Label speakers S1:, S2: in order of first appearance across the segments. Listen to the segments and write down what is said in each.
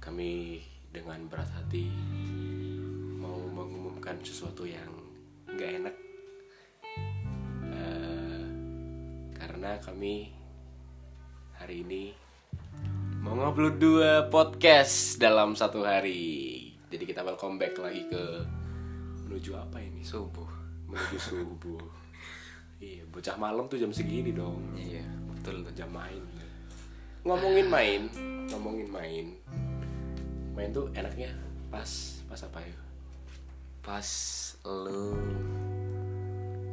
S1: kami dengan berat hati mau mengumumkan sesuatu yang nggak enak Eh, karena kami hari ini mau ngupload dua podcast dalam satu hari jadi kita welcome back lagi ke menuju apa ini
S2: subuh
S1: menuju subuh iya bocah malam tuh jam segini dong
S2: iya betul tuh
S1: jam main ngomongin main ngomongin main main tuh enaknya pas pas apa ya
S2: pas lu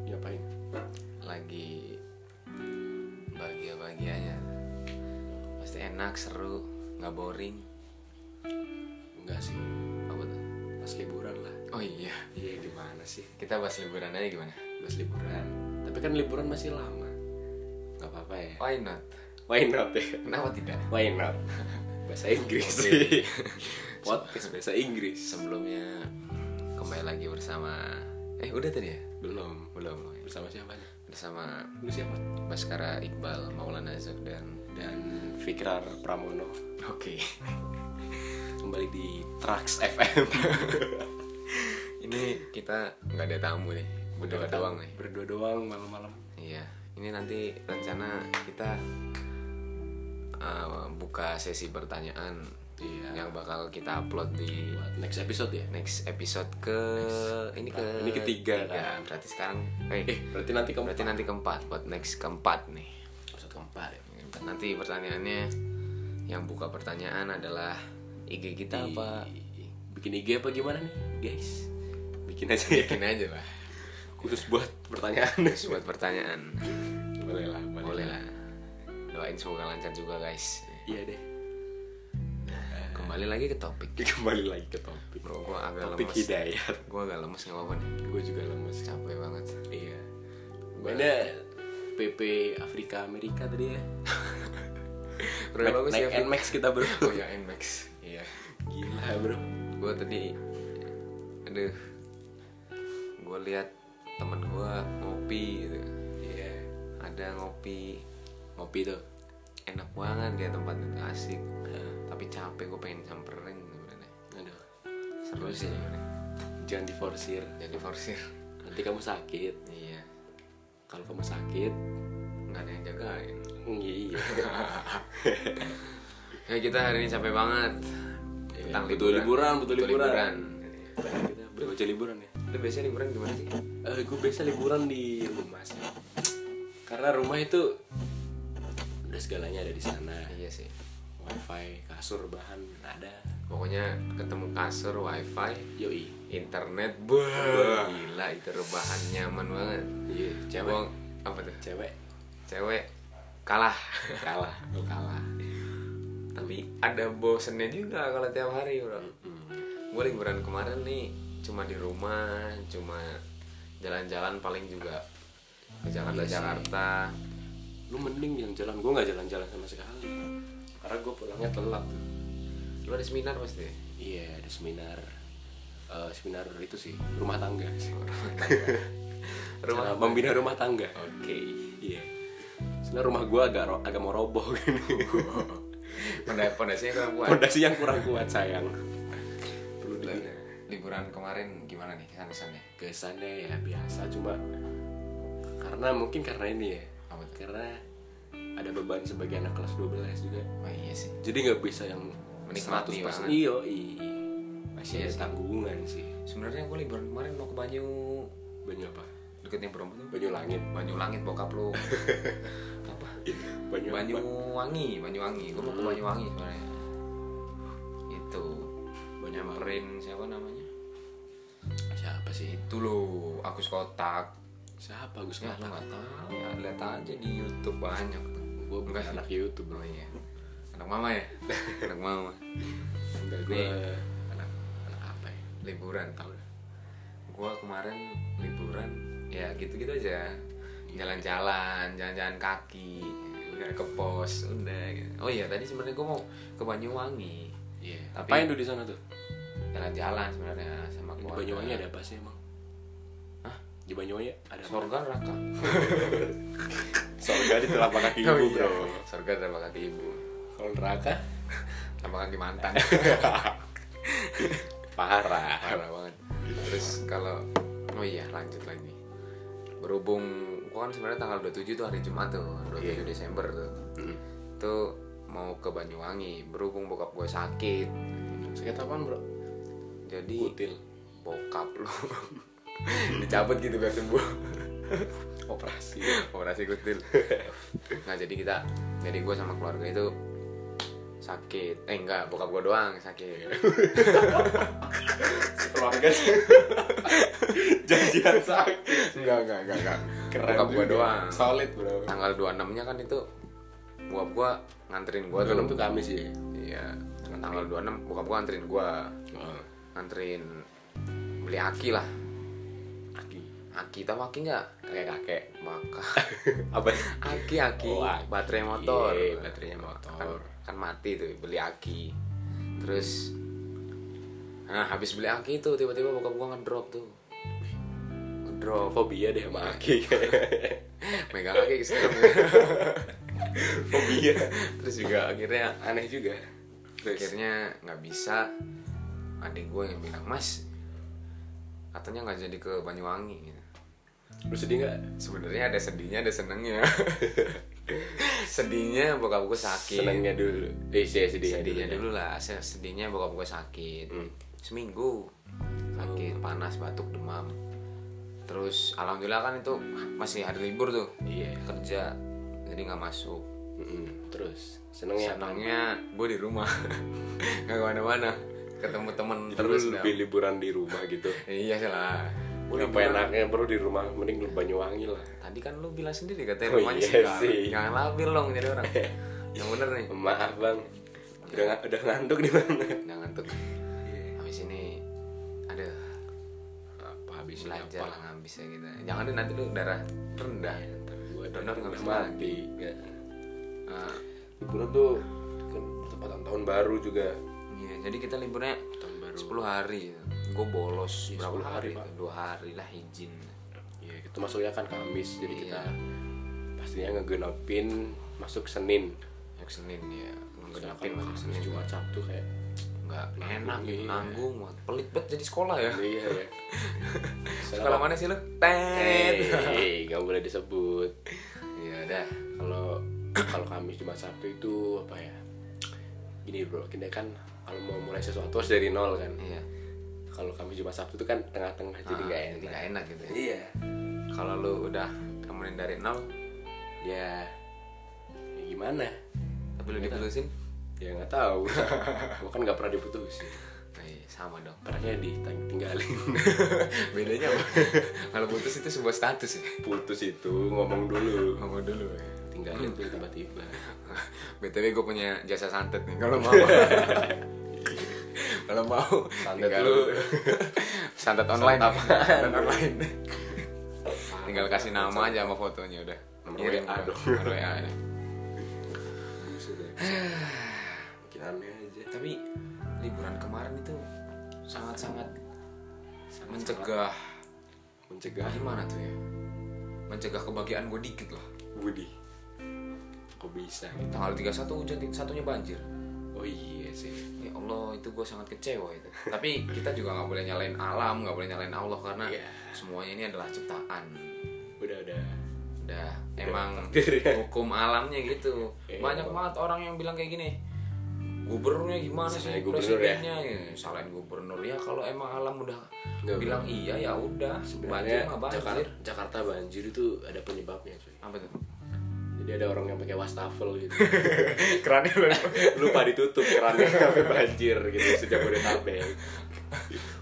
S1: ngapain
S2: lagi bahagia bahagianya pasti enak seru nggak boring
S1: enggak sih
S2: apa tuh
S1: pas liburan lah
S2: oh iya
S1: iya gimana sih
S2: kita bahas liburan aja gimana
S1: pas liburan tapi kan liburan masih lama nggak apa-apa ya
S2: why not
S1: why not ya
S2: kenapa tidak
S1: why not bahasa Inggris
S2: Oke.
S1: sih podcast bahasa Inggris
S2: sebelumnya kembali lagi bersama eh udah tadi ya
S1: belum
S2: belum belum.
S1: bersama siapa nih?
S2: bersama
S1: lu siapa
S2: Baskara Iqbal Maulana Azab dan
S1: dan Fikrar Pramono
S2: oke
S1: kembali di Trax FM
S2: ini kita nggak ada tamu nih berdua doang nih
S1: Berdua doang malam-malam.
S2: Iya, ini nanti rencana kita uh, buka sesi pertanyaan
S1: Iya.
S2: yang bakal kita upload di
S1: Buat next episode ya.
S2: next episode ke ini ke
S1: Ini ketiga, kan?
S2: berarti sekarang eh,
S1: Eh, berarti nanti kamu
S2: berarti nanti keempat buat next keempat nih.
S1: episode keempat ya.
S2: Nanti pertanyaannya yang buka pertanyaan adalah IG kita apa?
S1: Di- Bikin IG apa gimana nih, guys? Bikin aja ya.
S2: Bikin aja lah.
S1: Khusus buat pertanyaan.
S2: Terus buat pertanyaan.
S1: boleh lah, boleh,
S2: Boleh lah. Doain semoga lancar juga guys.
S1: Iya deh.
S2: Kembali lagi ke topik.
S1: Nah, Kembali lagi ke topik.
S2: Bro, gue agak
S1: Topik
S2: lemes.
S1: hidayat.
S2: Gue agak lemes nggak apa-apa nih.
S1: Gue juga lemes.
S2: Capek banget.
S1: Iya. Beda PP Afrika Amerika tadi ya.
S2: Bro, bagus ya.
S1: naik
S2: Fit.
S1: NMAX kita bro.
S2: Oh ya Nmax. Iya.
S1: Gila bro.
S2: Gue tadi, aduh, gue lihat temen gue ngopi gitu.
S1: Iya.
S2: Ada ngopi
S1: Ngopi tuh.
S2: enak banget kayak tempat itu asik. Tapi capek gue pengen samperin sebenarnya.
S1: Aduh.
S2: Seru sih.
S1: Jangan diforsir.
S2: Jadi forsir.
S1: Nanti kamu sakit.
S2: Iya.
S1: Kalau kamu sakit,
S2: Nggak ada yang jagain.
S1: iya.
S2: Ya kita hari ini capek banget. Tentang
S1: betul liburan, betul liburan.
S2: liburan.
S1: Kita berbaca liburan ya.
S2: Lu biasanya liburan gimana sih?
S1: Eh, gue biasa liburan di rumah sih. Karena rumah itu udah segalanya ada di sana.
S2: Iya sih.
S1: Wifi, kasur, bahan ada.
S2: Pokoknya ketemu kasur, wifi,
S1: Yoi.
S2: internet, bah, gila itu rebahan nyaman banget.
S1: Iya, cewek.
S2: Gua- apa tuh?
S1: Cewek
S2: Cewek kalah.
S1: kalah, lu kalah.
S2: Tapi ada bosennya juga kalau tiap hari, Bro.
S1: Mm.
S2: Gue liburan kemarin nih cuma di rumah, cuma jalan-jalan paling juga ke
S1: Iya
S2: Jakarta, Jakarta.
S1: Lu mending jalan-jalan. Gue nggak jalan-jalan sama sekali. Karena gue pulangnya telat tuh.
S2: Lu ada seminar pasti.
S1: Iya, ada seminar. Eh, seminar itu sih rumah tangga sih.
S2: Rumah.
S1: Cara membina rumah tangga.
S2: Oke.
S1: Iya. Sebenarnya rumah gua agak ro- agak mau roboh gini.
S2: Pondasi- Pondasinya kurang kuat.
S1: Pondasi yang kurang kuat sayang. Perlu
S2: Lah,
S1: dibina.
S2: liburan kemarin gimana nih kesan-kesannya?
S1: Kesannya ya biasa cuma karena mungkin karena ini ya.
S2: Apa tuh?
S1: Karena ada beban sebagai anak kelas 12 juga.
S2: Oh iya sih.
S1: Jadi nggak bisa yang
S2: Menikmati
S1: 100%
S2: banget.
S1: iyo i. Masih ada iya. tanggungan sih.
S2: Iya Sebenarnya gue liburan kemarin mau ke Banyu
S1: Banyu apa?
S2: deketnya Bromo tuh.
S1: Banyu langit. Iya,
S2: Banyu Langit bokap lu. apa?
S1: Banyu,
S2: Banyu Wangi, Banyu Wangi. Gue mau
S1: Hmm.
S2: ke Banyu Wangi sebenarnya. Itu
S1: Banyu apa?
S2: nyamperin siapa namanya?
S1: Siapa sih?
S2: Itu lo, aku kotak.
S1: Siapa Gus
S2: Ya, lu
S1: Kata?
S2: nggak tahu ya. Lihat aja di YouTube banyak tuh.
S1: Gue bukan
S2: Enggak.
S1: anak YouTube bro.
S2: Oh iya. Anak mama ya? Anak mama.
S1: Enggak gue anak anak apa ya?
S2: Liburan
S1: Tahu dah.
S2: gua kemarin liburan ya gitu-gitu
S1: Iya.
S2: aja jalan-jalan jalan-jalan kaki udah ke pos udah gitu. oh iya tadi sebenarnya gua mau ke Banyuwangi
S1: Iya.
S2: Tapi-
S1: Apain tuh di sana tuh?
S2: jalan-jalan sebenarnya sama
S1: Di
S2: keluarga
S1: Banyuwangi ada apa sih emang?
S2: Hah?
S1: Di Banyuwangi ada apa?
S2: surga neraka
S1: Surga di telapak kaki Iya,
S2: Oh iya, surga neraka kaki ibu
S1: Kalau neraka
S2: sama kaki mantan
S1: Parah.
S2: parah banget terus kalau oh iya lanjut lagi berhubung gua kan sebenarnya tanggal 27 tuh hari Jumat tuh 27 Desember tuh
S1: Mm.
S2: tuh mau ke Banyuwangi berhubung bokap gue sakit
S1: Sakit apaan bro?
S2: jadi
S1: Kutil.
S2: bokap lu dicabut gitu biar sembuh
S1: Operasi.
S2: operasi kutil nah jadi kita jadi gue sama keluarga itu sakit eh enggak bokap gue doang sakit
S1: Keluarga sih. Janjian sakit.
S2: enggak enggak enggak enggak
S1: Keren
S2: bokap gue
S1: juga.
S2: doang
S1: Solid bro.
S2: tanggal 26 nya kan itu bokap gue nganterin gue tuh
S1: Dalam tuh Kamis ya.
S2: iya tanggal 26 bokap gue nganterin gue
S1: Oh.
S2: nganterin beli aki lah
S1: Aki.
S2: aki tau aki nggak
S1: Kakek kakek.
S2: maka
S1: Apa?
S2: aki aki
S1: Oh, aki.
S2: baterai motor
S1: Iya, baterainya motor.
S2: kan, kan mati tuh beli aki terus nah habis beli aki tuh tiba-tiba bokap gua ngedrop tuh ngedrop
S1: Fobia deh sama Aki.
S2: megang aki serem
S1: Fobia.
S2: terus juga akhirnya
S1: Aneh juga. Terus.
S2: akhirnya nggak bisa adik gue yang bilang mas katanya nggak jadi ke Banyuwangi gitu.
S1: Lu sedih nggak?
S2: sebenarnya ada sedihnya ada senengnya sedihnya bokap gue sakit
S1: Senangnya dulu. Eh sih sedihnya,
S2: sedihnya
S1: dulu. ya?
S2: dulu lah se- sedihnya bokap gue sakit
S1: Hmm. Oh.
S2: seminggu sakit panas batuk demam terus alhamdulillah kan itu masih hari libur tuh
S1: Iya.
S2: kerja jadi nggak masuk
S1: Mm-mm. Terus senengnya apa?
S2: senangnya gue di rumah nggak kemana-mana ketemu temen terus
S1: Terus
S2: dah.
S1: lebih liburan di rumah gitu.
S2: iya sih lah Gua
S1: Apa
S2: liburan.
S1: enaknya bro di rumah mending lu Banyuwangi lah.
S2: tadi kan lu bilang sendiri katanya
S1: Oh
S2: rumahnya
S1: iya
S2: sekarang.
S1: sih.
S2: jangan labil dong jadi orang yang bener nih
S1: Maaf bang, udah nga- udah ngantuk di mana?
S2: jangan ngantuk habis ini ada
S1: Apa habis
S2: belajar lah ngabisnya kita jangan deh nanti lu darah rendah
S1: Gue
S2: donor nggak bisa Iya.
S1: mati. Ya.
S2: Nah,
S1: Liburan tuh ke tempatan tahun baru juga.
S2: iya jadi kita liburnya
S1: Tahun baru.
S2: 10 hari gue bolos
S1: Iya, 10
S2: berapa
S1: hari,
S2: hari,
S1: Pak.
S2: tuh? dua hari lah izin
S1: Iya, itu masuknya kan Kamis, jadi kita
S2: Iya.
S1: pastinya ngegenapin masuk Senin.
S2: Yuk Senin ya
S1: Sedangkan
S2: ngegenapin masuk Senin
S1: Kamis
S2: juga
S1: Jumat Sabtu kayak.
S2: nggak enak
S1: iya.
S2: nanggung banget pelit banget jadi sekolah ya
S1: Iya ya.
S2: sekolah mana sih lu tet
S1: Hei, nggak boleh disebut.
S2: iya dah
S1: Kalau kalau Kamis Jumat Sabtu itu apa ya? Gini bro, kita kan kalau mau mulai sesuatu harus dari nol kan.
S2: iya
S1: kalau kami Jumat Sabtu itu kan tengah-tengah jadi gak
S2: Ah, jadi
S1: enak.
S2: nggak enak gitu ya
S1: Iya.
S2: kalau lu udah temenin dari nol
S1: Ya, ya gimana?
S2: tapi lu diputusin
S1: Ya nggak tahu. Gua kan nggak pernah diputusin.
S2: nah, iya, sama dong
S1: Pernahnya ditinggalin.
S2: bedanya apa kalau putus itu sebuah status ya
S1: Putus itu ngomong dulu.
S2: ngomong dulu ya
S1: Tinggalin tuh tiba-tiba.
S2: btw gue punya jasa santet nih kalau mau kalau mau
S1: Santet
S2: tinggal-
S1: lu.
S2: santet online santet online tinggal kasih nama aja sama fotonya udah
S1: Nomor
S2: Kirim
S1: WA
S2: ke-
S1: dong.
S2: nomor WA ya.
S1: Bikin ya. aneh aja.
S2: tapi liburan kemarin itu sangat-sangat mencegah
S1: Mencegah
S2: gimana tuh ya mencegah kebahagiaan gue dikit lah
S1: Budi. Kok bisa?
S2: tanggal 31 hujan satunya banjir
S1: Oh iya sih.
S2: Ya Allah, itu gue sangat kecewa itu. Tapi kita juga nggak boleh nyalain alam, nggak boleh nyalain Allah karena
S1: Iya.
S2: semuanya ini adalah ciptaan.
S1: Udah udah.
S2: Udah emang
S1: takdir ya.
S2: hukum alamnya gitu.
S1: Iya.
S2: Banyak banget orang yang bilang kayak gini. Gubernurnya gimana sih?
S1: Salahnya gubernur ya?"
S2: presidennya?" Ya, Salahin gubernur ya kalau emang alam udah
S1: Nggak,
S2: bilang iya ya udah. Banjir
S1: Sebenarnya
S2: mah
S1: Jakarta,
S2: banjir.
S1: Jakarta banjir itu ada penyebabnya cuy.
S2: Apa tuh?
S1: Jadi ada orang yang pakai wastafel gitu.
S2: Kerannya
S1: lupa ditutup kerannya sampai banjir gitu sejak Bodetabek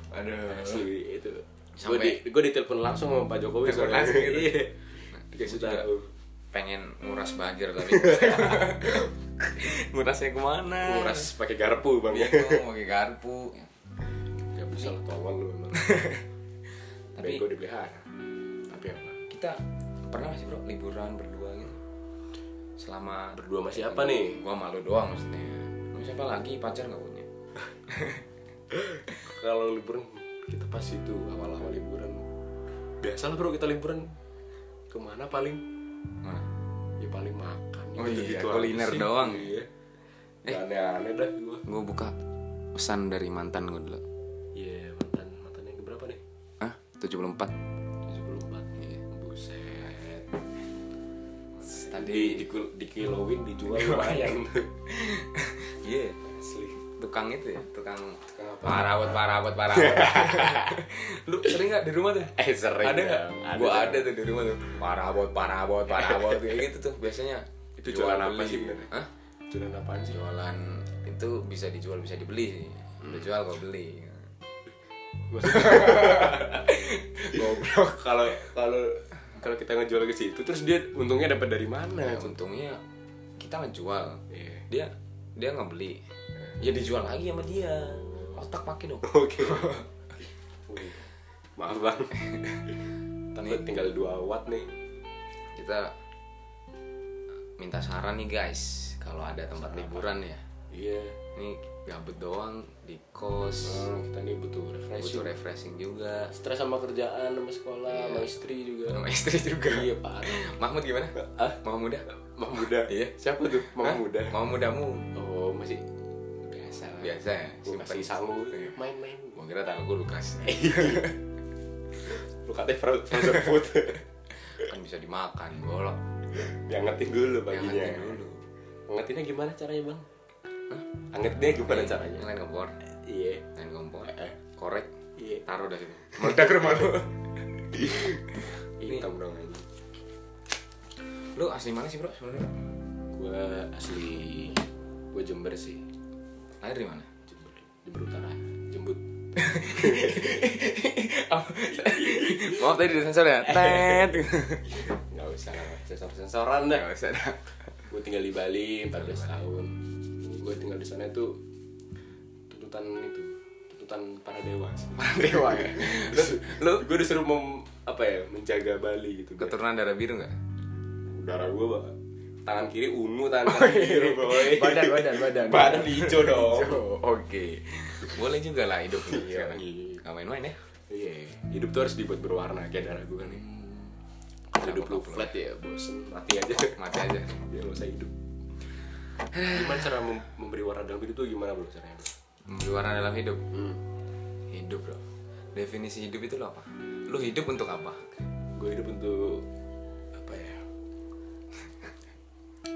S2: Aduh.
S1: asli itu gue di
S2: Sampai-
S1: gue ditelepon langsung sama Pak Jokowi
S2: Telepon
S1: soalnya.
S2: langsung gitu.
S1: Iya.
S2: Gua
S1: dikasih
S2: juga
S1: tahu
S2: pengen nguras banjir tapi ngurasnya kemana
S1: nguras pakai garpu bang ya
S2: Bingung mau pakai garpu
S1: gak bisa lah tolong lu memang tapi
S2: Tapi-
S1: gue dipelihara tapi apa
S2: kita pernah nggak sih bro liburan berdua gitu selama
S1: Berdua sama siapa nih?
S2: gua malu doang maksudnya Lu siapa lagi pacar nggak punya
S1: kalau liburan kita pas itu awal-awal liburan biasa lah bro kita liburan kemana paling
S2: mana
S1: ya paling makan
S2: Oh
S1: gitu-gitu
S2: iya,
S1: aja
S2: kuliner
S1: sih.
S2: doang. Eh.
S1: iya Gak aneh-aneh dah gue
S2: gue buka pesan dari mantan gue dulu
S1: Iya mantan mantan yang keberapa nih?
S2: ah 74
S1: 74
S2: Iya.
S1: Buset Tadi
S2: Tadi-
S1: dikil- dikiloin dijual lumayan
S2: iya
S1: Asli
S2: tukang itu ya tukang
S1: Tukang apa?
S2: parawat parawat parawat lu sering nggak di rumah tuh
S1: Eh sering
S2: ya? ada nggak
S1: dong,
S2: gua
S1: dong.
S2: ada tuh di rumah tuh parawat parawat parawat kayak gitu tuh biasanya
S1: Itu jualan apa
S2: beli.
S1: sih benernya?
S2: Hah?
S1: Jualan apaan sih?
S2: jualan itu bisa dijual bisa dibeli sih
S1: Hmm.
S2: udah jual gua beli
S1: Goblok kalau kalau kalau kita ngejual ke situ terus dia untungnya dapat dari mana?
S2: Nah, untungnya kita ngejual
S1: Iya.
S2: dia dia nggak beli ya dijual lagi sama dia otak pakai dong
S1: Oke. Wih, Maaf bang. Tapi tinggal dua watt nih.
S2: kita minta saran nih guys kalau ada tempat liburan ya
S1: Iya.
S2: ini gabut doang di kos
S1: Hmm, kita nih butuh refreshing.
S2: butuh refreshing juga
S1: Stres sama kerjaan, sama sekolah, sama istri juga.
S2: sama istri juga
S1: Iya parah.
S2: Mahmud gimana
S1: Hah?
S2: mau muda
S1: Mama muda.
S2: Iya.
S1: Siapa tuh mama
S2: Hah?
S1: muda?
S2: mau mudamu
S1: Oh masih biasa lah.
S2: biasa ya
S1: Gue
S2: simpen.
S1: kasih sangu.
S2: Iya.
S1: Main-main.
S2: gua kira tahu gue Lukas
S1: Lu katanya fro- frozen food.
S2: kan bisa dimakan golok
S1: Diangetin dulu
S2: Jangan
S1: paginya.
S2: dulu
S1: Angetinnya gimana caranya bang? Angetinnya gimana caranya?
S2: main kompor
S1: Iya.
S2: main kompor korek
S1: Iya.
S2: taruh dah situ Eh, meledak rumah lu
S1: Hitam dong ini.
S2: lu asli mana sih bro sebenarnya
S1: Gue asli gue Jember sih.
S2: lahir di mana
S1: Jember, Jember Utara. Jembut.
S2: maaf tadi disensor ya tet
S1: Gak usah lah, sensor-sensoran dah.
S2: nggak usah dah.
S1: Gue tinggal di Bali 14 tahun. Gue tinggal di sana tuh tuntutan itu, tuntutan para dewa. sih.
S2: dewa ya
S1: Lu gue disuruh mem, apa ya, menjaga Bali gitu.
S2: keturunan darah biru nggak
S1: Darah gue bak tangan kiri ungu, tangan kanan biru, Oh, iya, boy.
S2: Badan, badan, badan.
S1: Badan hijau dong.
S2: Oh, oke boleh juga lah hidup lu sekarang
S1: iya.
S2: nggak main-main ya
S1: Iya, hidup tuh harus dibuat berwarna kayak darah gue kan ya.
S2: Hmm.
S1: Kalau hidup lu flat ya bosen, mati aja.
S2: mati aja
S1: ya nggak usah hidup. Gimana cara mem- memberi warna dalam hidup tuh gimana bro caranya? bro?
S2: Memberi warna dalam hidup
S1: Hmm.
S2: hidup bro definisi hidup itu lo apa lu hidup untuk apa
S1: Gue hidup untuk apa ya?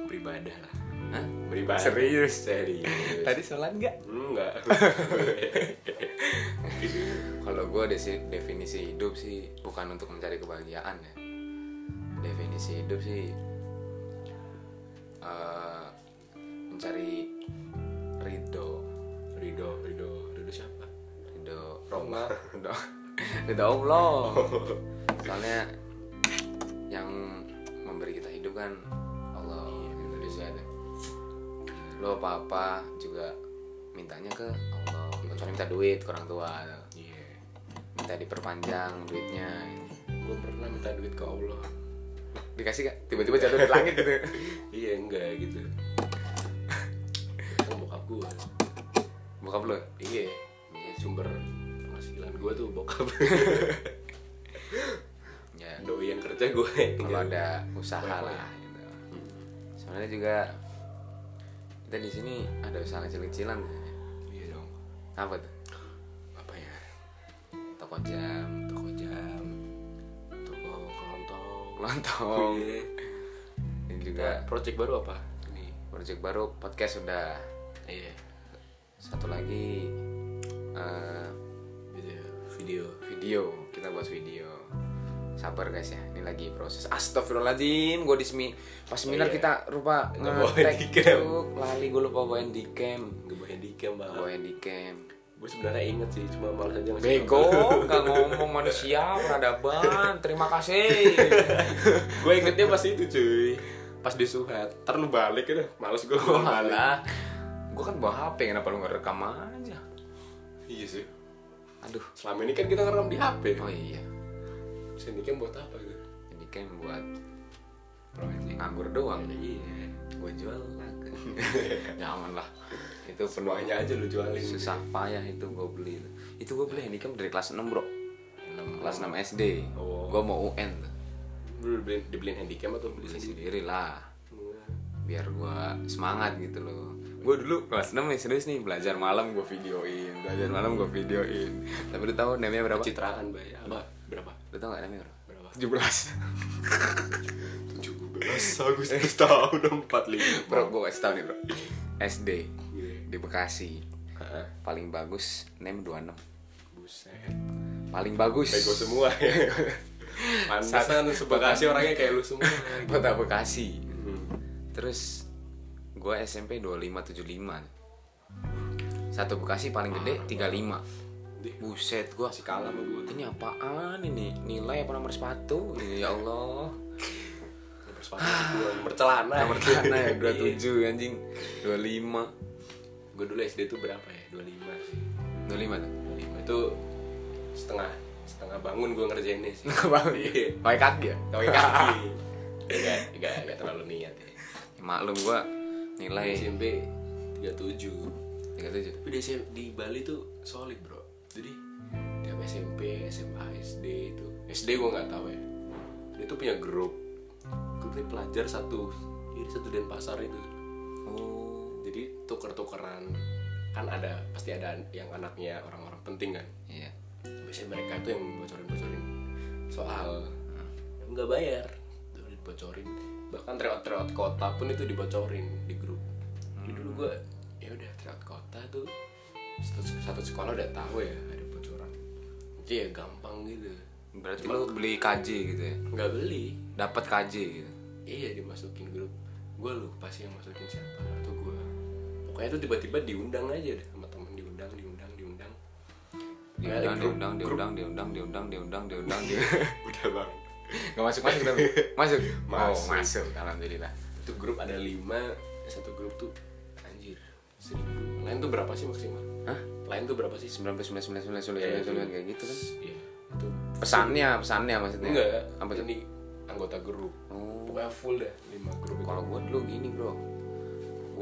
S1: Beribadah lah.
S2: Hah?
S1: Beribadah.
S2: Serius?
S1: serius.
S2: tadi sholat nggak
S1: Enggak.
S2: Kalau gue desi- definisi hidup sih bukan untuk mencari kebahagiaan ya. Definisi hidup sih eh, mencari ridho,
S1: Ridho, Ridho, Ridho siapa?
S2: ridho Roma, ridho, ridho Allah. Soalnya yang memberi kita hidup kan Allah. Indonesia ada. Lo apa apa juga mintanya ke Allah. Contohnya minta duit ke orang tua,
S1: Iya.
S2: minta diperpanjang duitnya.
S1: Gue pernah minta duit ke Allah.
S2: dikasih gak? tiba-tiba jatuh dari langit gitu
S1: iya enggak gitu. Kan bokap gue.
S2: bokap lu
S1: Iya, iya, sumber penghasilan gue tuh bokap
S2: ya
S1: Doi yang kerja gue
S2: kalau ada usaha lah gitu sebenarnya juga kita di sini ada usaha kecil-kecilan ya.
S1: Iya dong
S2: apa tuh
S1: Apa ya
S2: toko jam
S1: Toko jam Toko kelontong
S2: lontong
S1: Iya.
S2: ini juga
S1: Nah, project baru apa? Ini
S2: project baru podcast sudah
S1: Iya
S2: satu lagi eh,
S1: Video gitu ya, Video
S2: video kita buat video sabar guys ya ini lagi proses astagfirullahaladzim gue di semi pas seminar
S1: iya.
S2: kita rupa
S1: Nggak bawa
S2: ngetek
S1: handycam.
S2: tuh lali gue lupa bawa handycam
S1: Gue bawa handicam
S2: Nggak
S1: bang
S2: bawa handycam
S1: Gue sebenarnya inget sih Cuma malas aja ngasih
S2: Bego, gak ngomong manusia, peradaban, terima kasih.
S1: kabar. Gue ingetnya pas itu cuy Pas di Suhat Ntar lu balik ya Males gue
S2: Gua malah, gue kan bawa HP, kenapa lu gak rekam aja?
S1: Iya sih
S2: Aduh,
S1: Selama ini kan kita ngerekam di HP
S2: oh iya,
S1: Terus handicam buat apa gitu
S2: ini kan buat nganggur doang.
S1: Iya
S2: Gue jual lah. Jangan lah, itu penuh
S1: Semuanya aja lu jualin
S2: susah payah itu gue beli. Itu gue beli handicam dari kelas 6 bro, kelas 6 SD.
S1: Oh.
S2: Gue mau UN tuh,
S1: Lu dibeliin,
S2: Iya
S1: dibeliin handicam atau beli
S2: beli
S1: sendiri?
S2: sendiri lah. biar gua semangat gitu loh gue dulu kelas 6 nih serius nih belajar malam gue videoin belajar malam gue videoin tapi lu tahu namanya berapa
S1: Pencitraan bay. Apa? Berapa?
S2: lu tahu nggak namanya berapa
S1: Berapa?
S2: 17
S1: 17 Agustus tahun 45
S2: bro gue kasih tau nih bro SD
S1: Iya.
S2: di Bekasi
S1: Hah?
S2: paling bagus nem 26
S1: Buset
S2: paling bagus
S1: Bego semua ya Pantesan sebekasi orangnya kayak lu semua
S2: kota Bekasi
S1: Hmm.
S2: terus gue SMP 2575 satu Bekasi paling
S1: Ah,
S2: gede 35 buset gue
S1: Masih kalah sama gue
S2: ini apaan ini nilai apa nomor sepatu ini ya Allah
S1: Nomor sepatu gua, nomor celana
S2: nomor celana
S1: Iya.
S2: ya 27 anjing 25
S1: Gue dulu SD tuh berapa ya? 25 sih
S2: 25 tuh
S1: 25 itu setengah Setengah bangun gue ngerjainnya sih
S2: Bang,
S1: Iya.
S2: pakai kaki ya pakai kaki
S1: Enggak, enggak, enggak terlalu niat ya
S2: maklum gue
S1: Di
S2: nilai
S1: SMP 37
S2: 37
S1: Tapi di, SM di Bali tuh solid bro Jadi tiap SMP, SMA, SD itu SD gue nggak tahu ya Dia tuh punya grup Grup tuh pelajar satu Jadi satu Denpasar itu
S2: oh
S1: Jadi tuker-tukeran Kan ada, pasti ada yang anaknya orang-orang penting kan
S2: iya
S1: biasanya mereka tuh yang bocorin-bocorin soal
S2: Hmm.
S1: yang nggak bayar tuh dibocorin bahkan tryout-tryout kota pun itu dibocorin di grup
S2: Hmm.
S1: jadi dulu gue ya udah tryout kota tuh satu, satu sekolah udah tahu ya ada bocoran jadi ya gampang gitu
S2: berarti lu beli KJ gitu ya
S1: nggak beli
S2: dapat KJ gitu
S1: iya dimasukin grup gue lupa sih yang masukin siapa atau gue pokoknya tuh tiba-tiba diundang aja deh sama temen diundang diundang diundang
S2: diundang
S1: Grup-
S2: diundang
S1: grup-
S2: diundang diundang diundang diundang diundang diundang
S1: udah bang
S2: nggak masuk masuk tapi masuk
S1: Masuk.
S2: oh masuk alhamdulillah
S1: itu grup ada lima satu grup tuh anjir seribu lain tuh berapa sih maksimal
S2: Hah?
S1: lain tuh berapa sih
S2: sembilan puluh sembilan sembilan sembilan
S1: Iya,
S2: sembilan
S1: itu.
S2: sembilan kayak gitu kan
S1: Iya, itu
S2: pesannya pesannya maksudnya
S1: enggak
S2: apa tuh
S1: ini anggota grup
S2: Oh.
S1: pokoknya full dah lima grup itu.
S2: kalau gue dulu gini bro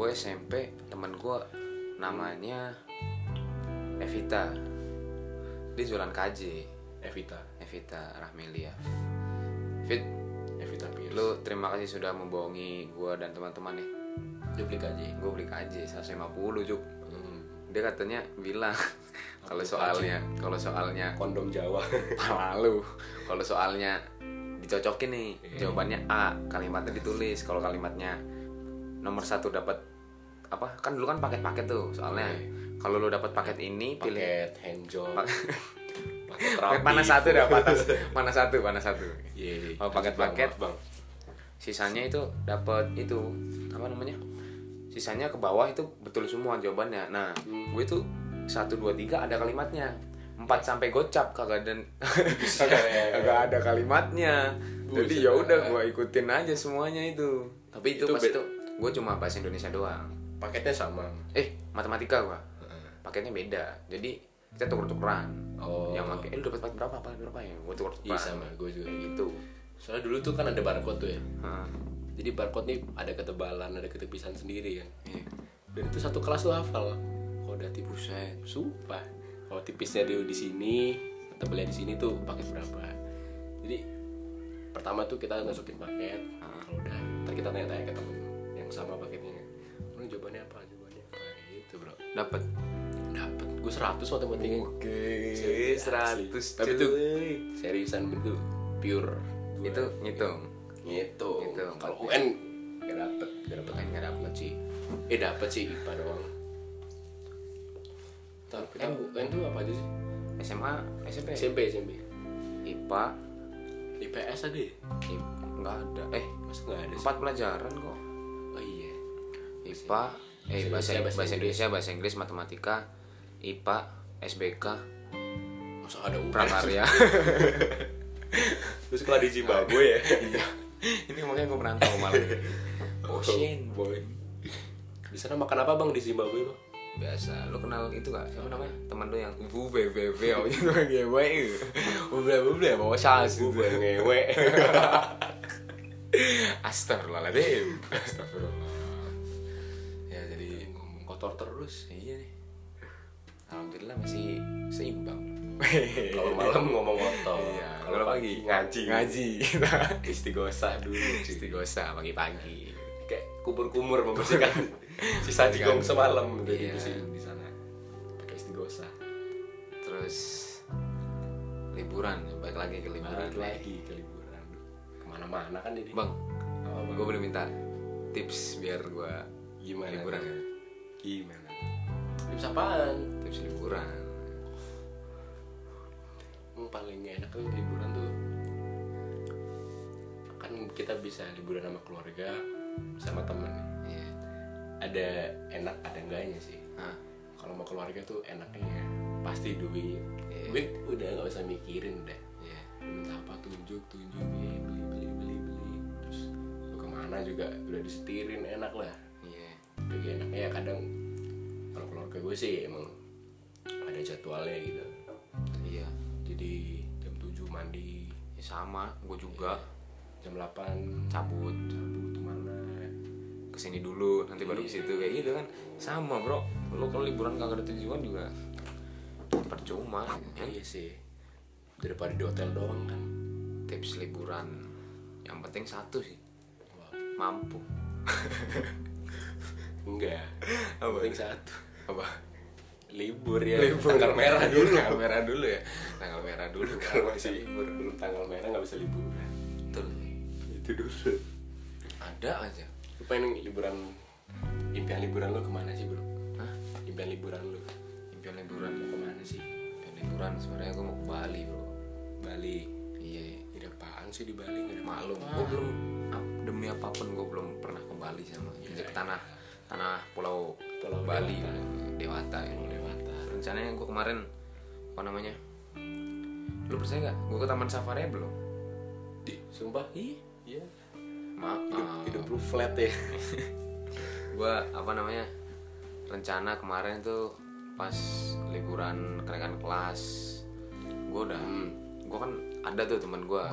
S2: gue SMP teman gue namanya Evita dia jualan KJ
S1: Evita
S2: Evita Rahmelia Fit
S1: Evita Pierce
S2: lu terima kasih sudah membohongi gue dan teman-teman nih
S1: duplik aja
S2: gue beli KJ 150 juk
S1: Hmm,
S2: dia katanya bilang kalau soalnya kalau soalnya
S1: kondom Jawa
S2: lalu kalau soalnya dicocokin nih jawabannya A kalimatnya ditulis kalau kalimatnya nomor satu dapat apa kan dulu kan paket-paket tuh soalnya kalau lu dapat paket ini pilih
S1: paket handjob paket
S2: paket
S1: terapi
S2: mana satu dah panas mana satu mana satu
S1: Iya, iya.
S2: Oh, paket-paket.
S1: Maaf, bang
S2: sisanya itu dapat itu apa namanya sisanya ke bawah itu betul semua jawabannya nah gue tuh satu dua tiga ada kalimatnya empat sampai gocap kagak ada kagak kagak ada kalimatnya jadi
S1: Buset.
S2: ya udah gue ikutin aja semuanya itu tapi itu,
S1: Itu
S2: pas
S1: be-
S2: itu gue cuma bahasa Indonesia doang
S1: paketnya sama
S2: eh matematika gue
S1: Heeh.
S2: paketnya beda jadi kita tuker tukeran
S1: oh
S2: yang pakai eh, lu dapat berapa apa berapa ya gue tuker
S1: iya
S2: tukeran
S1: sama gue juga gitu
S2: gitu
S1: soalnya dulu tuh kan ada barcode tuh ya
S2: Heeh.
S1: Jadi barcode nih ada ketebalan, ada ketepisan sendiri kan.
S2: Iya.
S1: Dan itu satu kelas tuh hafal. Kalau udah tipis,
S2: Buset.
S1: sumpah. Kalau tipisnya dia di sini, tebalnya di sini tuh pakai berapa. Jadi pertama tuh kita masukin paket. Kalau udah, ntar kita tanya-tanya ke temen yang sama paketnya. Lu jawabannya apa? Jawabannya apa? Gitu bro.
S2: dapat
S1: Dapet. Gue 100 matematika.
S2: Oke,
S1: Asli.
S2: 100
S1: Tapi tuh
S2: cuy.
S1: seriusan itu pure. Gua-
S2: itu ngitung.
S1: gitu,
S2: Gitu.
S1: kalau UN nggak dapet nggak dapet nggak dapet sih eh dapet sih IPA doang tapi kan UN tuh apa aja sih
S2: SMA, SMP,
S1: SMP SMP
S2: IPA,
S1: IPS ada ya
S2: I- nggak ada. Eh,
S1: masa nggak ada sih
S2: empat pelajaran kok.
S1: oh iya
S2: IPA, eh bahasa
S1: Indonesia, bahasa
S2: bahasa Indonesia, bahasa Inggris, matematika, IPA, SBK,
S1: masa ada UN
S2: prakarya.
S1: terus sekolah
S2: Iya.
S1: di Zimbabwe ya
S2: Ini makanya gue merantau malam.
S1: Ocean boy di sana makan apa bang di Zimbabwe bang
S2: Biasa, lu kenal itu gak? Siapa namanya? Teman lu yang VVVV apa gitu ngewe. Uble uble bawa saus itu.
S1: gue ngewe
S2: Astagfirullahaladzim. Astagfirullah. Ya jadi
S1: ngomong kotor terus
S2: Iya nih. Alhamdulillah masih seimbang.
S1: kalau malam ngomong kotor
S2: Iya, kalau pagi
S1: ngaji
S2: ngaji.
S1: istighosah dulu cuy.
S2: Istighosah pagi-pagi.
S1: kayak kubur-kumur membersihkan sisa
S2: Jadi
S1: jigong
S2: kan-
S1: semalam udah
S2: Iya.
S1: dibersihin di sana pakai istighosa
S2: terus liburan balik lagi ke liburan
S1: balik lagi ke liburan kemana-mana kan jadi
S2: bang
S1: Apa, Bang?
S2: gue boleh minta tips biar gue
S1: gimana
S2: liburan ya
S1: gimana tips apaan
S2: tips liburan
S1: yang paling gak enak tuh liburan tuh kan kita bisa liburan sama keluarga sama temen
S2: iya
S1: ada enak ada enggaknya sih
S2: Hah?
S1: kalau sama keluarga tuh enaknya ya, pasti duit
S2: Iya.
S1: duit udah nggak usah mikirin deh
S2: iya
S1: Lu minta apa tunjuk tunjuk ya, beli beli beli beli terus lu kemana juga udah disetirin enak lah
S2: iya
S1: tapi enaknya ya kadang kalau keluarga gue sih emang ada jadwalnya gitu
S2: iya
S1: jadi jam 7 mandi
S2: Ya sama gue juga
S1: jam 8
S2: cabut
S1: cabut kemana
S2: kesini dulu nanti baru ke situ kayak gitu kan sama bro lo kalau liburan kagak ada tujuan juga percuma kan?
S1: iya sih daripada di hotel doang kan
S2: tips liburan yang penting satu sih
S1: Wah,
S2: mampu
S1: enggak
S2: Apa?
S1: penting satu
S2: apa
S1: libur ya
S2: Iya, tanggal merah dulu
S1: Iya,
S2: tanggal merah dulu ya tanggal merah dulu
S1: kalau masih belum tanggal merah nggak bisa liburan
S2: betul
S1: itu dulu
S2: ada aja
S1: lu pengen liburan impian liburan lu kemana sih bro
S2: Hah?
S1: impian liburan lu
S2: impian liburan
S1: mau kemana sih
S2: impian liburan sebenarnya gue mau ke Bali bro
S1: Bali
S2: iya
S1: ada apaan sih di Bali nggak ada
S2: maklum
S1: apa-apa.
S2: gue belum ap- demi apapun gue belum pernah ke Bali sama ke tanah tanah pulau
S1: Pulau
S2: Bali Dewata, ya.
S1: Pulau Dewata.
S2: rencananya gue kemarin apa namanya lu percaya nggak gue ke taman safari belum
S1: Di, sumpah iya iya
S2: maaf
S1: hidup, hidup lu flat ya
S2: gue apa namanya rencana kemarin tuh pas liburan kenaikan kelas gue udah gue kan ada tuh teman gue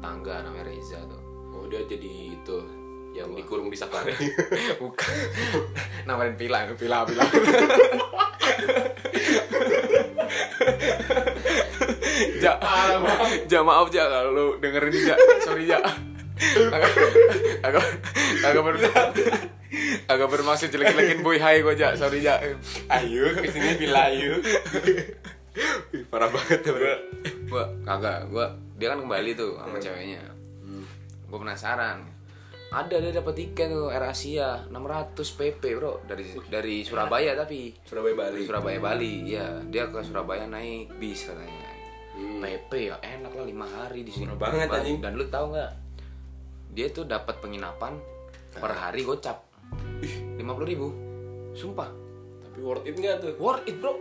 S2: tangga namanya Reza tuh
S1: oh dia jadi itu yang dikurung di saklar
S2: bukan namarin pila pila pila ja ja maaf ja kalau lu dengerin ini, ja sorry ja agak agak agak ber agak bermaksud jelek-jelekin boy hai gua ja sorry ja
S1: ayo kesini bila ayo Ih, parah banget ya bro
S2: gua kagak gua dia kan kembali tuh
S1: Iya.
S2: sama ceweknya
S1: Hmm.
S2: gua penasaran ada dia dapat tiket tuh Air Asia 600 PP bro dari dari Surabaya tapi
S1: Surabaya Bali
S2: dari Surabaya Bali ya dia ke Surabaya naik bis katanya
S1: Hmm.
S2: PP ya enak lah lima hari di sini
S1: Murah banget,
S2: Bali.
S1: anjing.
S2: dan lu tahu nggak dia tuh dapat penginapan
S1: Nah.
S2: per hari gocap lima puluh ribu sumpah
S1: tapi worth it nggak tuh
S2: worth it bro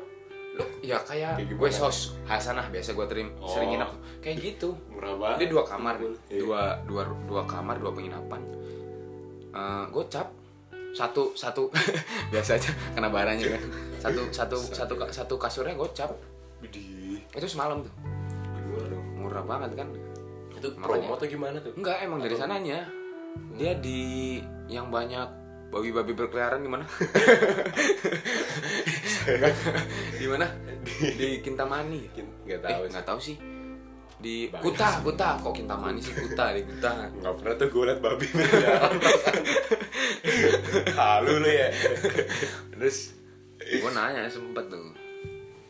S2: lu ya kayak
S1: Kayak gimana?
S2: gue sos Hasanah biasa gue terim
S1: Oh.
S2: sering nginep kayak gitu
S1: murah banget
S2: dia dua kamar
S1: Iya.
S2: dua dua dua kamar dua penginapan Eh, gocap satu satu biasa aja kena baranya kan satu satu satu ka- satu kasurnya gocap
S1: Widih,
S2: itu semalam tuh
S1: murah dong
S2: murah banget kan
S1: itu
S2: Makanya.
S1: promo atau gimana tuh
S2: enggak emang dari sananya dia di yang banyak babi-babi berkeliaran di mana di mana di Kintamani ya?
S1: Mungkin nggak
S2: Eh,
S1: tahu sih
S2: nggak tahu sih di
S1: Babi.
S2: Kuta Kuta kok Kintamani sih Kuta di Kuta
S1: nggak pernah tuh gue liat babi berjalan halu lu ya terus
S2: gue nanya sempet tuh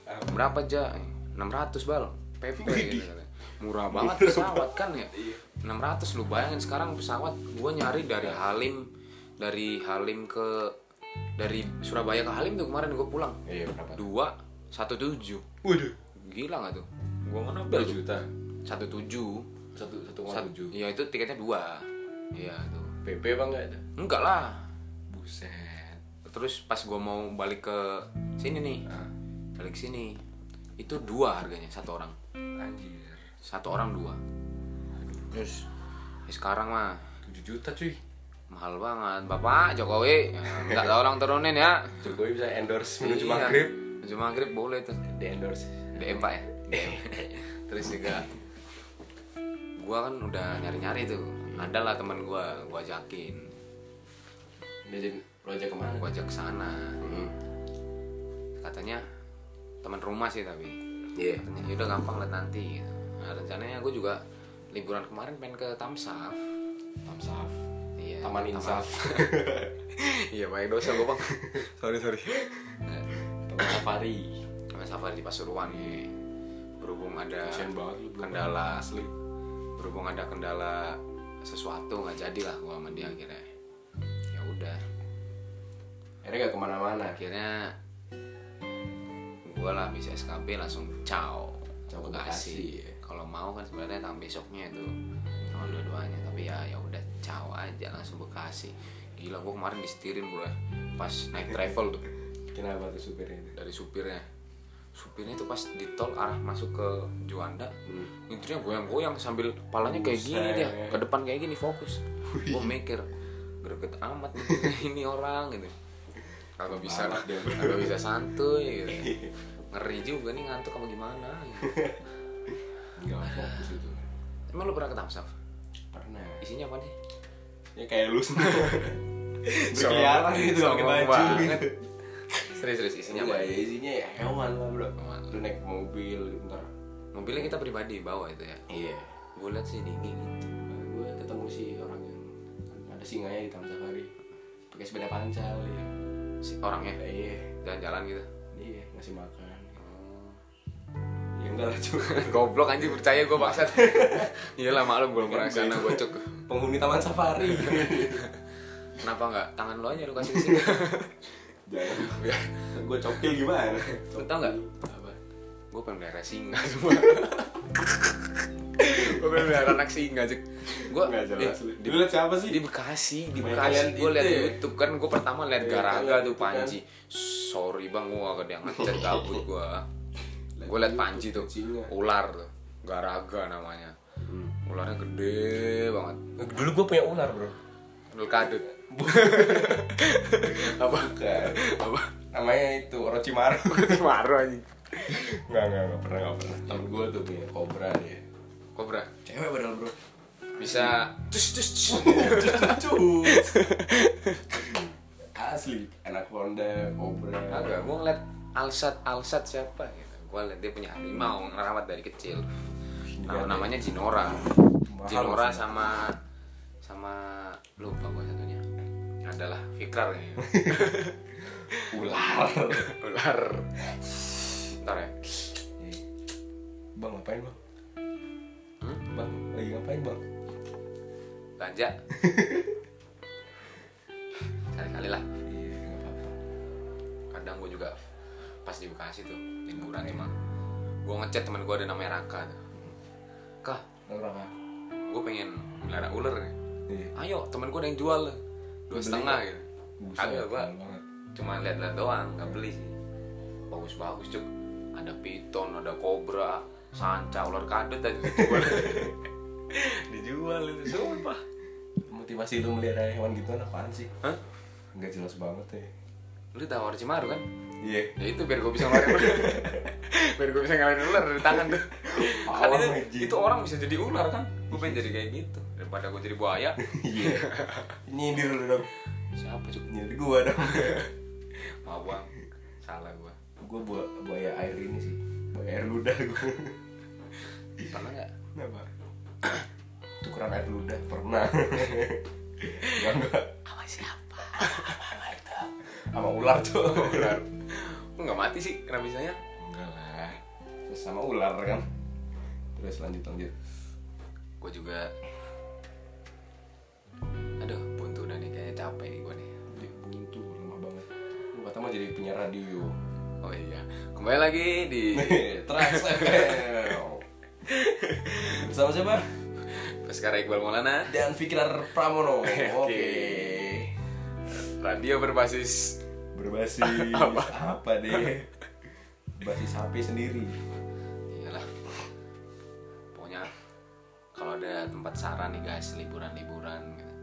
S1: Apa?
S2: berapa aja 600 bal PP gitu katanya. murah banget pesawat kan ya
S1: Iya.
S2: 600 lu bayangin sekarang pesawat gue nyari dari Halim dari Halim ke dari Surabaya ke Halim tuh kemarin gue pulang
S1: iya berapa
S2: dua satu tujuh
S1: waduh
S2: gila nggak tuh gue mana
S1: dua juta
S2: satu tujuh
S1: satu satu koma
S2: Sat-
S1: tujuh
S2: iya itu tiketnya dua iya tuh
S1: pp apa nggak itu
S2: enggak lah
S1: buset
S2: terus pas gue mau balik ke sini nih
S1: Ah.
S2: balik sini itu dua harganya satu orang
S1: anjir
S2: satu orang dua terus ya sekarang mah
S1: tujuh juta cuy
S2: mahal banget bapak Jokowi ya, nggak tahu orang turunin ya
S1: Jokowi bisa endorse menuju
S2: Iya.
S1: maghrib
S2: menuju maghrib boleh tuh
S1: di endorse
S2: DM pak ya
S1: Eh.
S2: DM. terus juga gua kan udah nyari nyari tuh ada lah teman gua gua ajakin
S1: dia jadi lo aja kemana
S2: gua ajak ke sana
S1: Hmm.
S2: katanya teman rumah sih tapi
S1: Iya.
S2: katanya yaudah gampang lah nanti gitu. nah, rencananya gue juga liburan kemarin pengen ke Tamsaf
S1: Tamsaf
S2: iya
S1: Taman Insaf.
S2: Iya banyak dosa gue bang. sorry sorry.
S1: Nah, Taman Safari.
S2: Taman Safari di Pasuruan ini berhubung ada
S1: Kasian banget lu, Bang.
S2: kendala asli berhubung ada kendala sesuatu nggak jadi lah gua sama dia akhirnya ya udah
S1: Akhirnya gak kemana-mana.
S2: akhirnya gua lah habis SKB langsung ciao
S1: Ciao ke Bekasi, ya.
S2: kalau mau kan sebenarnya tanggal besoknya itu tanggal dua-duanya tapi ya ya udah ciao aja langsung Bekasi gila gua kemarin disetirin bro ya, pas naik travel tuh
S1: Kenapa tuh supirnya?
S2: dari supirnya supirnya itu pas di tol arah masuk ke Juanda intinya goyang-goyang sambil palanya kayak gini
S1: Hmm. Buset.
S2: dia ke depan kayak gini fokus gue mikir greget amat nih ini orang gitu kagak bisa
S1: Amat dia.
S2: kagak bisa santuy gitu ngeri juga nih ngantuk apa gimana gitu.
S1: Enggak fokus itu.
S2: emang lu pernah ke Tamsaf
S1: Pernah.
S2: isinya apa nih
S1: Ya kayak lu sendiri. Berkeliaran gitu pakai
S2: Songong
S1: baju
S2: banget.
S1: gitu.
S2: serius-serius isinya
S1: Isinya
S2: apa
S1: apa? Ya, isinya ya hewan lah bro.
S2: Hewan.
S1: Lu naik mobil gitu ntar.
S2: mobilnya kita pribadi bawa itu ya
S1: Iya.
S2: gue liat sih dingin gitu
S1: Gue Nah, ketemu sih orang yang ada singanya di Taman Safari. Pakai sepeda pancal. Iya.
S2: si orangnya
S1: Iya.
S2: jalan-jalan gitu
S1: Iya. Ngasih makan. Ya enggak lah cuma
S2: Goblok anjing percaya gue bangsat. Iyalah maklum belum pernah kesana gue cuk.
S1: penghuni Taman Safari.
S2: Kenapa nggak tangan lo aja lu kasih ke sini?
S1: Jangan. Gue cokil gimana?
S2: Lu tau nggak?
S1: Apa?
S2: Gue pengen melihara singa semua. gue pengen melihara anak singa cuk. Gue
S1: Enggak jelas.
S2: di,
S1: Lu liat siapa sih?
S2: di Bekasi, di
S1: Main
S2: Bekasi
S1: kalian
S2: gue liat
S1: itu ya?
S2: YouTube kan gue pertama liat
S1: Iya,
S2: Garaga
S1: kalian
S2: tuh
S1: itu kan.
S2: Panji. Sorry bang, gue gak ada yang ngecat gabut gue. Gue liat Panji tuh,
S1: Kucingnya.
S2: ular tuh, Garaga namanya. Ularnya gede banget.
S1: Dulu gue punya ular bro.
S2: Lu kadut.
S1: Apa? Apa? Namanya itu Orochimaru.
S2: Marah anjing.
S1: Enggak, enggak, enggak pernah, enggak pernah. Temen gue tuh punya kobra dia.
S2: Kobra
S1: Cewek padahal bro.
S2: bisa tus tus tus.
S1: Cus. Asli, anak Honda, kobra.
S2: Kagak, gua ngeliat Alsat Alsat siapa gitu. Gua liat dia punya harimau ngerawat dari kecil. Nama namanya Jinora.
S1: Mahal
S2: Jinora
S1: sih.
S2: sama sama lupa gua satunya. Adalah Fikrar ya. ini.
S1: ular.
S2: Ular. Ntar ya.
S1: bang ngapain bang?
S2: Hmm?
S1: Bang lagi ngapain bang?
S2: Ganja. Kali-kali lah.
S1: Iya nggak apa-apa.
S2: kadang gue juga pas di Bekasi tuh liburan emang gue ngechat temen gue ada namanya Raka tuh. kah
S1: Orang ah.
S2: gue pengen melihara ular nih.
S1: Iya.
S2: ayo temen gue ada yang jual loh. dua
S1: Beli
S2: setengah
S1: nggak?
S2: gitu
S1: Buset,
S2: kagak gue
S1: mahal banget.
S2: cuma lihat-lihat doang nggak beli sih bagus bagus cuk ada piton ada kobra sanca ular kadut aja dijual dijual itu sumpah
S1: Motivasi lu melihara hewan gituan apaan sih?
S2: Hah?
S1: Nggak jelas banget ya.
S2: lu tahu Orochimaru kan
S1: Iya.
S2: ya itu biar gue bisa ngeluarin ular biar gue bisa ngeluarin ular dari tangan tuh kan
S1: Awang,
S2: itu,
S1: anjing.
S2: itu orang bisa jadi ular kan gue pengen jadi kayak gitu daripada gue jadi buaya
S1: Iya. Nyindir lu dong.
S2: siapa cukup
S1: Nyindir gua dong.
S2: maaf bang salah gue
S1: gua buat buaya air ini sih. Buaya air ludah gua.
S2: pernah nggak
S1: Kenapa? Tukeran air ludah pernah. Enggak enggak.
S2: sama siapa
S1: Sama ular tuh. Ular.
S2: lu nggak mati sih kenapa ya? bisanya
S1: Enggak lah. Terus sama ular kan. Terus lanjut lanjut.
S2: gue juga aduh buntu udah nih kayaknya capek nih gue nih
S1: Jadi buntu lemah banget. Lu pertama jadi punya radio.
S2: oh iya kembali lagi di
S1: Tracks FM. Bersama siapa?
S2: Baskara Iqbal Maulana
S1: Dan Fikrar Pramono. Oke.
S2: radio berbasis
S1: Berbasis apa? deh? Basis HP sendiri.
S2: iyalah pokoknya kalau ada tempat saran nih guys liburan-liburan gitu,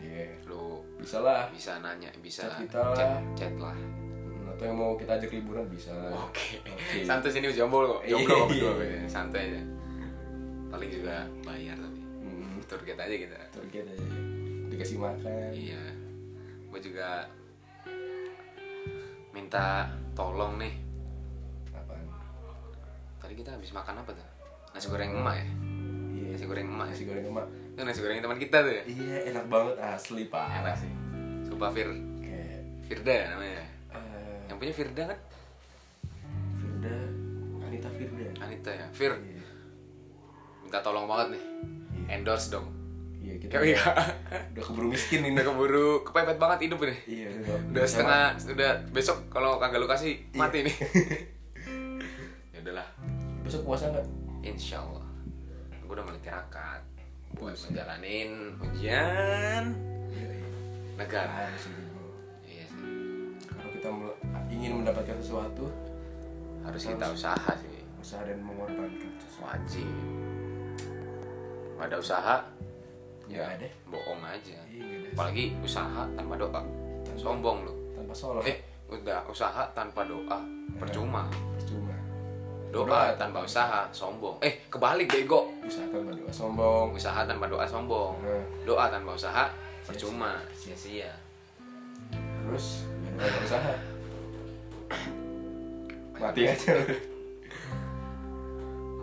S1: Iya.
S2: lu
S1: Bisa lah.
S2: bisa nanya bisa
S1: Chat kita lah.
S2: chat, chat lah
S1: Hmm, Atau yang mau kita ajak liburan bisa.
S2: oke
S1: Oke.
S2: santai sini jomblo kok jomblo kok
S1: Iya.
S2: berdua gue. santai aja paling juga bayar tapi
S1: Hmm,
S2: tur guide aja kita
S1: Target aja. Dikasih makan.
S2: iya gue juga minta tolong nih
S1: Apaan?
S2: tadi kita habis makan apa tuh nasi goreng emak ya
S1: Iya.
S2: nasi goreng emak ya?
S1: Nasi goreng emak.
S2: itu nasi goreng teman kita tuh ya
S1: Iya enak banget asli pak.
S2: Iya, enak sih sumpah Fir
S1: Kayak
S2: Firda ya namanya
S1: eh,
S2: yang punya Firda kan
S1: Firda, Anita Firda.
S2: Anita ya Fir
S1: Iya.
S2: minta tolong banget nih endorse dong
S1: Iya kita
S2: Kami
S1: udah,
S2: nggak-
S1: udah keburu miskin ini.
S2: udah keburu kepepet banget hidup nih
S1: Iya. Iya.
S2: udah setengah udah besok kalau kagak lu kasih mati nih ya udahlah
S1: Besok puasa nggak?
S2: Insya Allah Gue udah mulai tirakat Buat menjalanin ujian
S1: Iya. iya.
S2: negara
S1: Harus ini, bro.
S2: Iya sih
S1: Kalau kita mel- ingin mendapatkan sesuatu,
S2: Harus kita usaha sih
S1: usaha dan mengorbankan sesuatu.
S2: Wajib Gak ada usaha Iya.
S1: Ya ada.
S2: Bohong aja
S1: Iya nggak ada.
S2: Apalagi usaha tanpa doa Sombong lu
S1: Tanpa sholat
S2: Eh udah usaha tanpa doa Percuma
S1: percuma.
S2: Iya. Doa tanpa usaha Sombong Eh kebalik bego
S1: Usaha tanpa doa sombong.
S2: Usaha tanpa doa sombong
S1: Nah,
S2: Doa tanpa usaha Percuma Sia-sia
S1: terus nggak ada usaha. Mati
S2: ya.
S1: aja.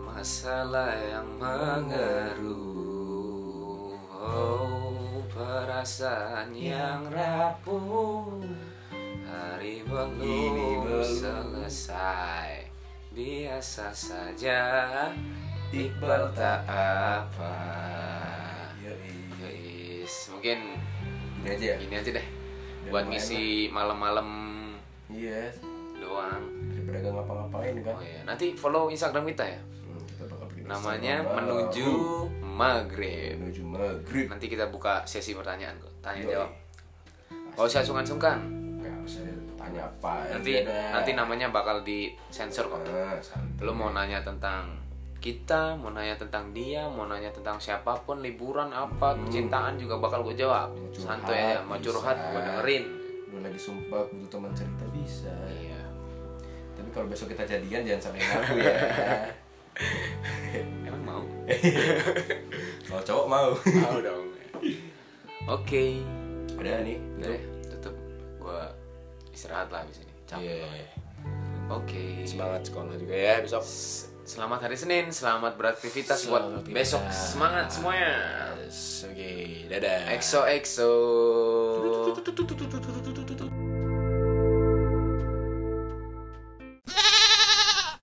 S2: Masalah yang mengeruh oh, Perasaan yang rapuh Hari
S1: Ini
S2: belum
S1: belum.
S2: selesai Biasa saja Iqbal tak apa
S1: Iya. iya.
S2: Guys, mungkin
S1: Ini aja ya.
S2: ini aja deh
S1: Udah
S2: Buat
S1: lumayan
S2: ngisi malam-malam
S1: Iya.
S2: doang
S1: Daripada nggak ngapa-ngapain kan.
S2: Oh iya, nanti follow Instagram kita ya
S1: Hmm, kita bakal bikin
S2: Namanya
S1: Instagram.
S2: menuju maghrib
S1: menuju maghrib.
S2: Nanti kita buka sesi pertanyaan kok. Tanya
S1: Yoi.
S2: jawab. Kalau saya sungkan-sungkan,
S1: Nggak usah tanya apa. Ah,
S2: nanti nanti namanya bakal di sensor kok. Lo mau nanya tentang kita, mau nanya tentang dia, mau nanya tentang siapapun, liburan apa, kecintaan juga bakal gue jawab.
S1: Hmm. Mau curhat,
S2: Santuy aja, mau
S1: bisa.
S2: curhat gue dengerin.
S1: Lu lagi sumpah butuh teman cerita bisa.
S2: Iya.
S1: Tapi kalau besok kita jadian jangan sampai ngaku ya.
S2: Emang mau?
S1: kalau cowok mau.
S2: Mau dong. Oke.
S1: Udah ya? nih.
S2: Udah deh, tutup. Gue istirahat lah abis ini. Capek.
S1: Iya.
S2: Oke.
S1: Semangat sekolah juga ya besok.
S2: Selamat hari Senin, selamat beraktivitas
S1: Selamat
S2: buat
S1: beraktivitas. Iya.
S2: besok. Semangat semuanya.
S1: Oke, dadah.
S2: EXO EXO.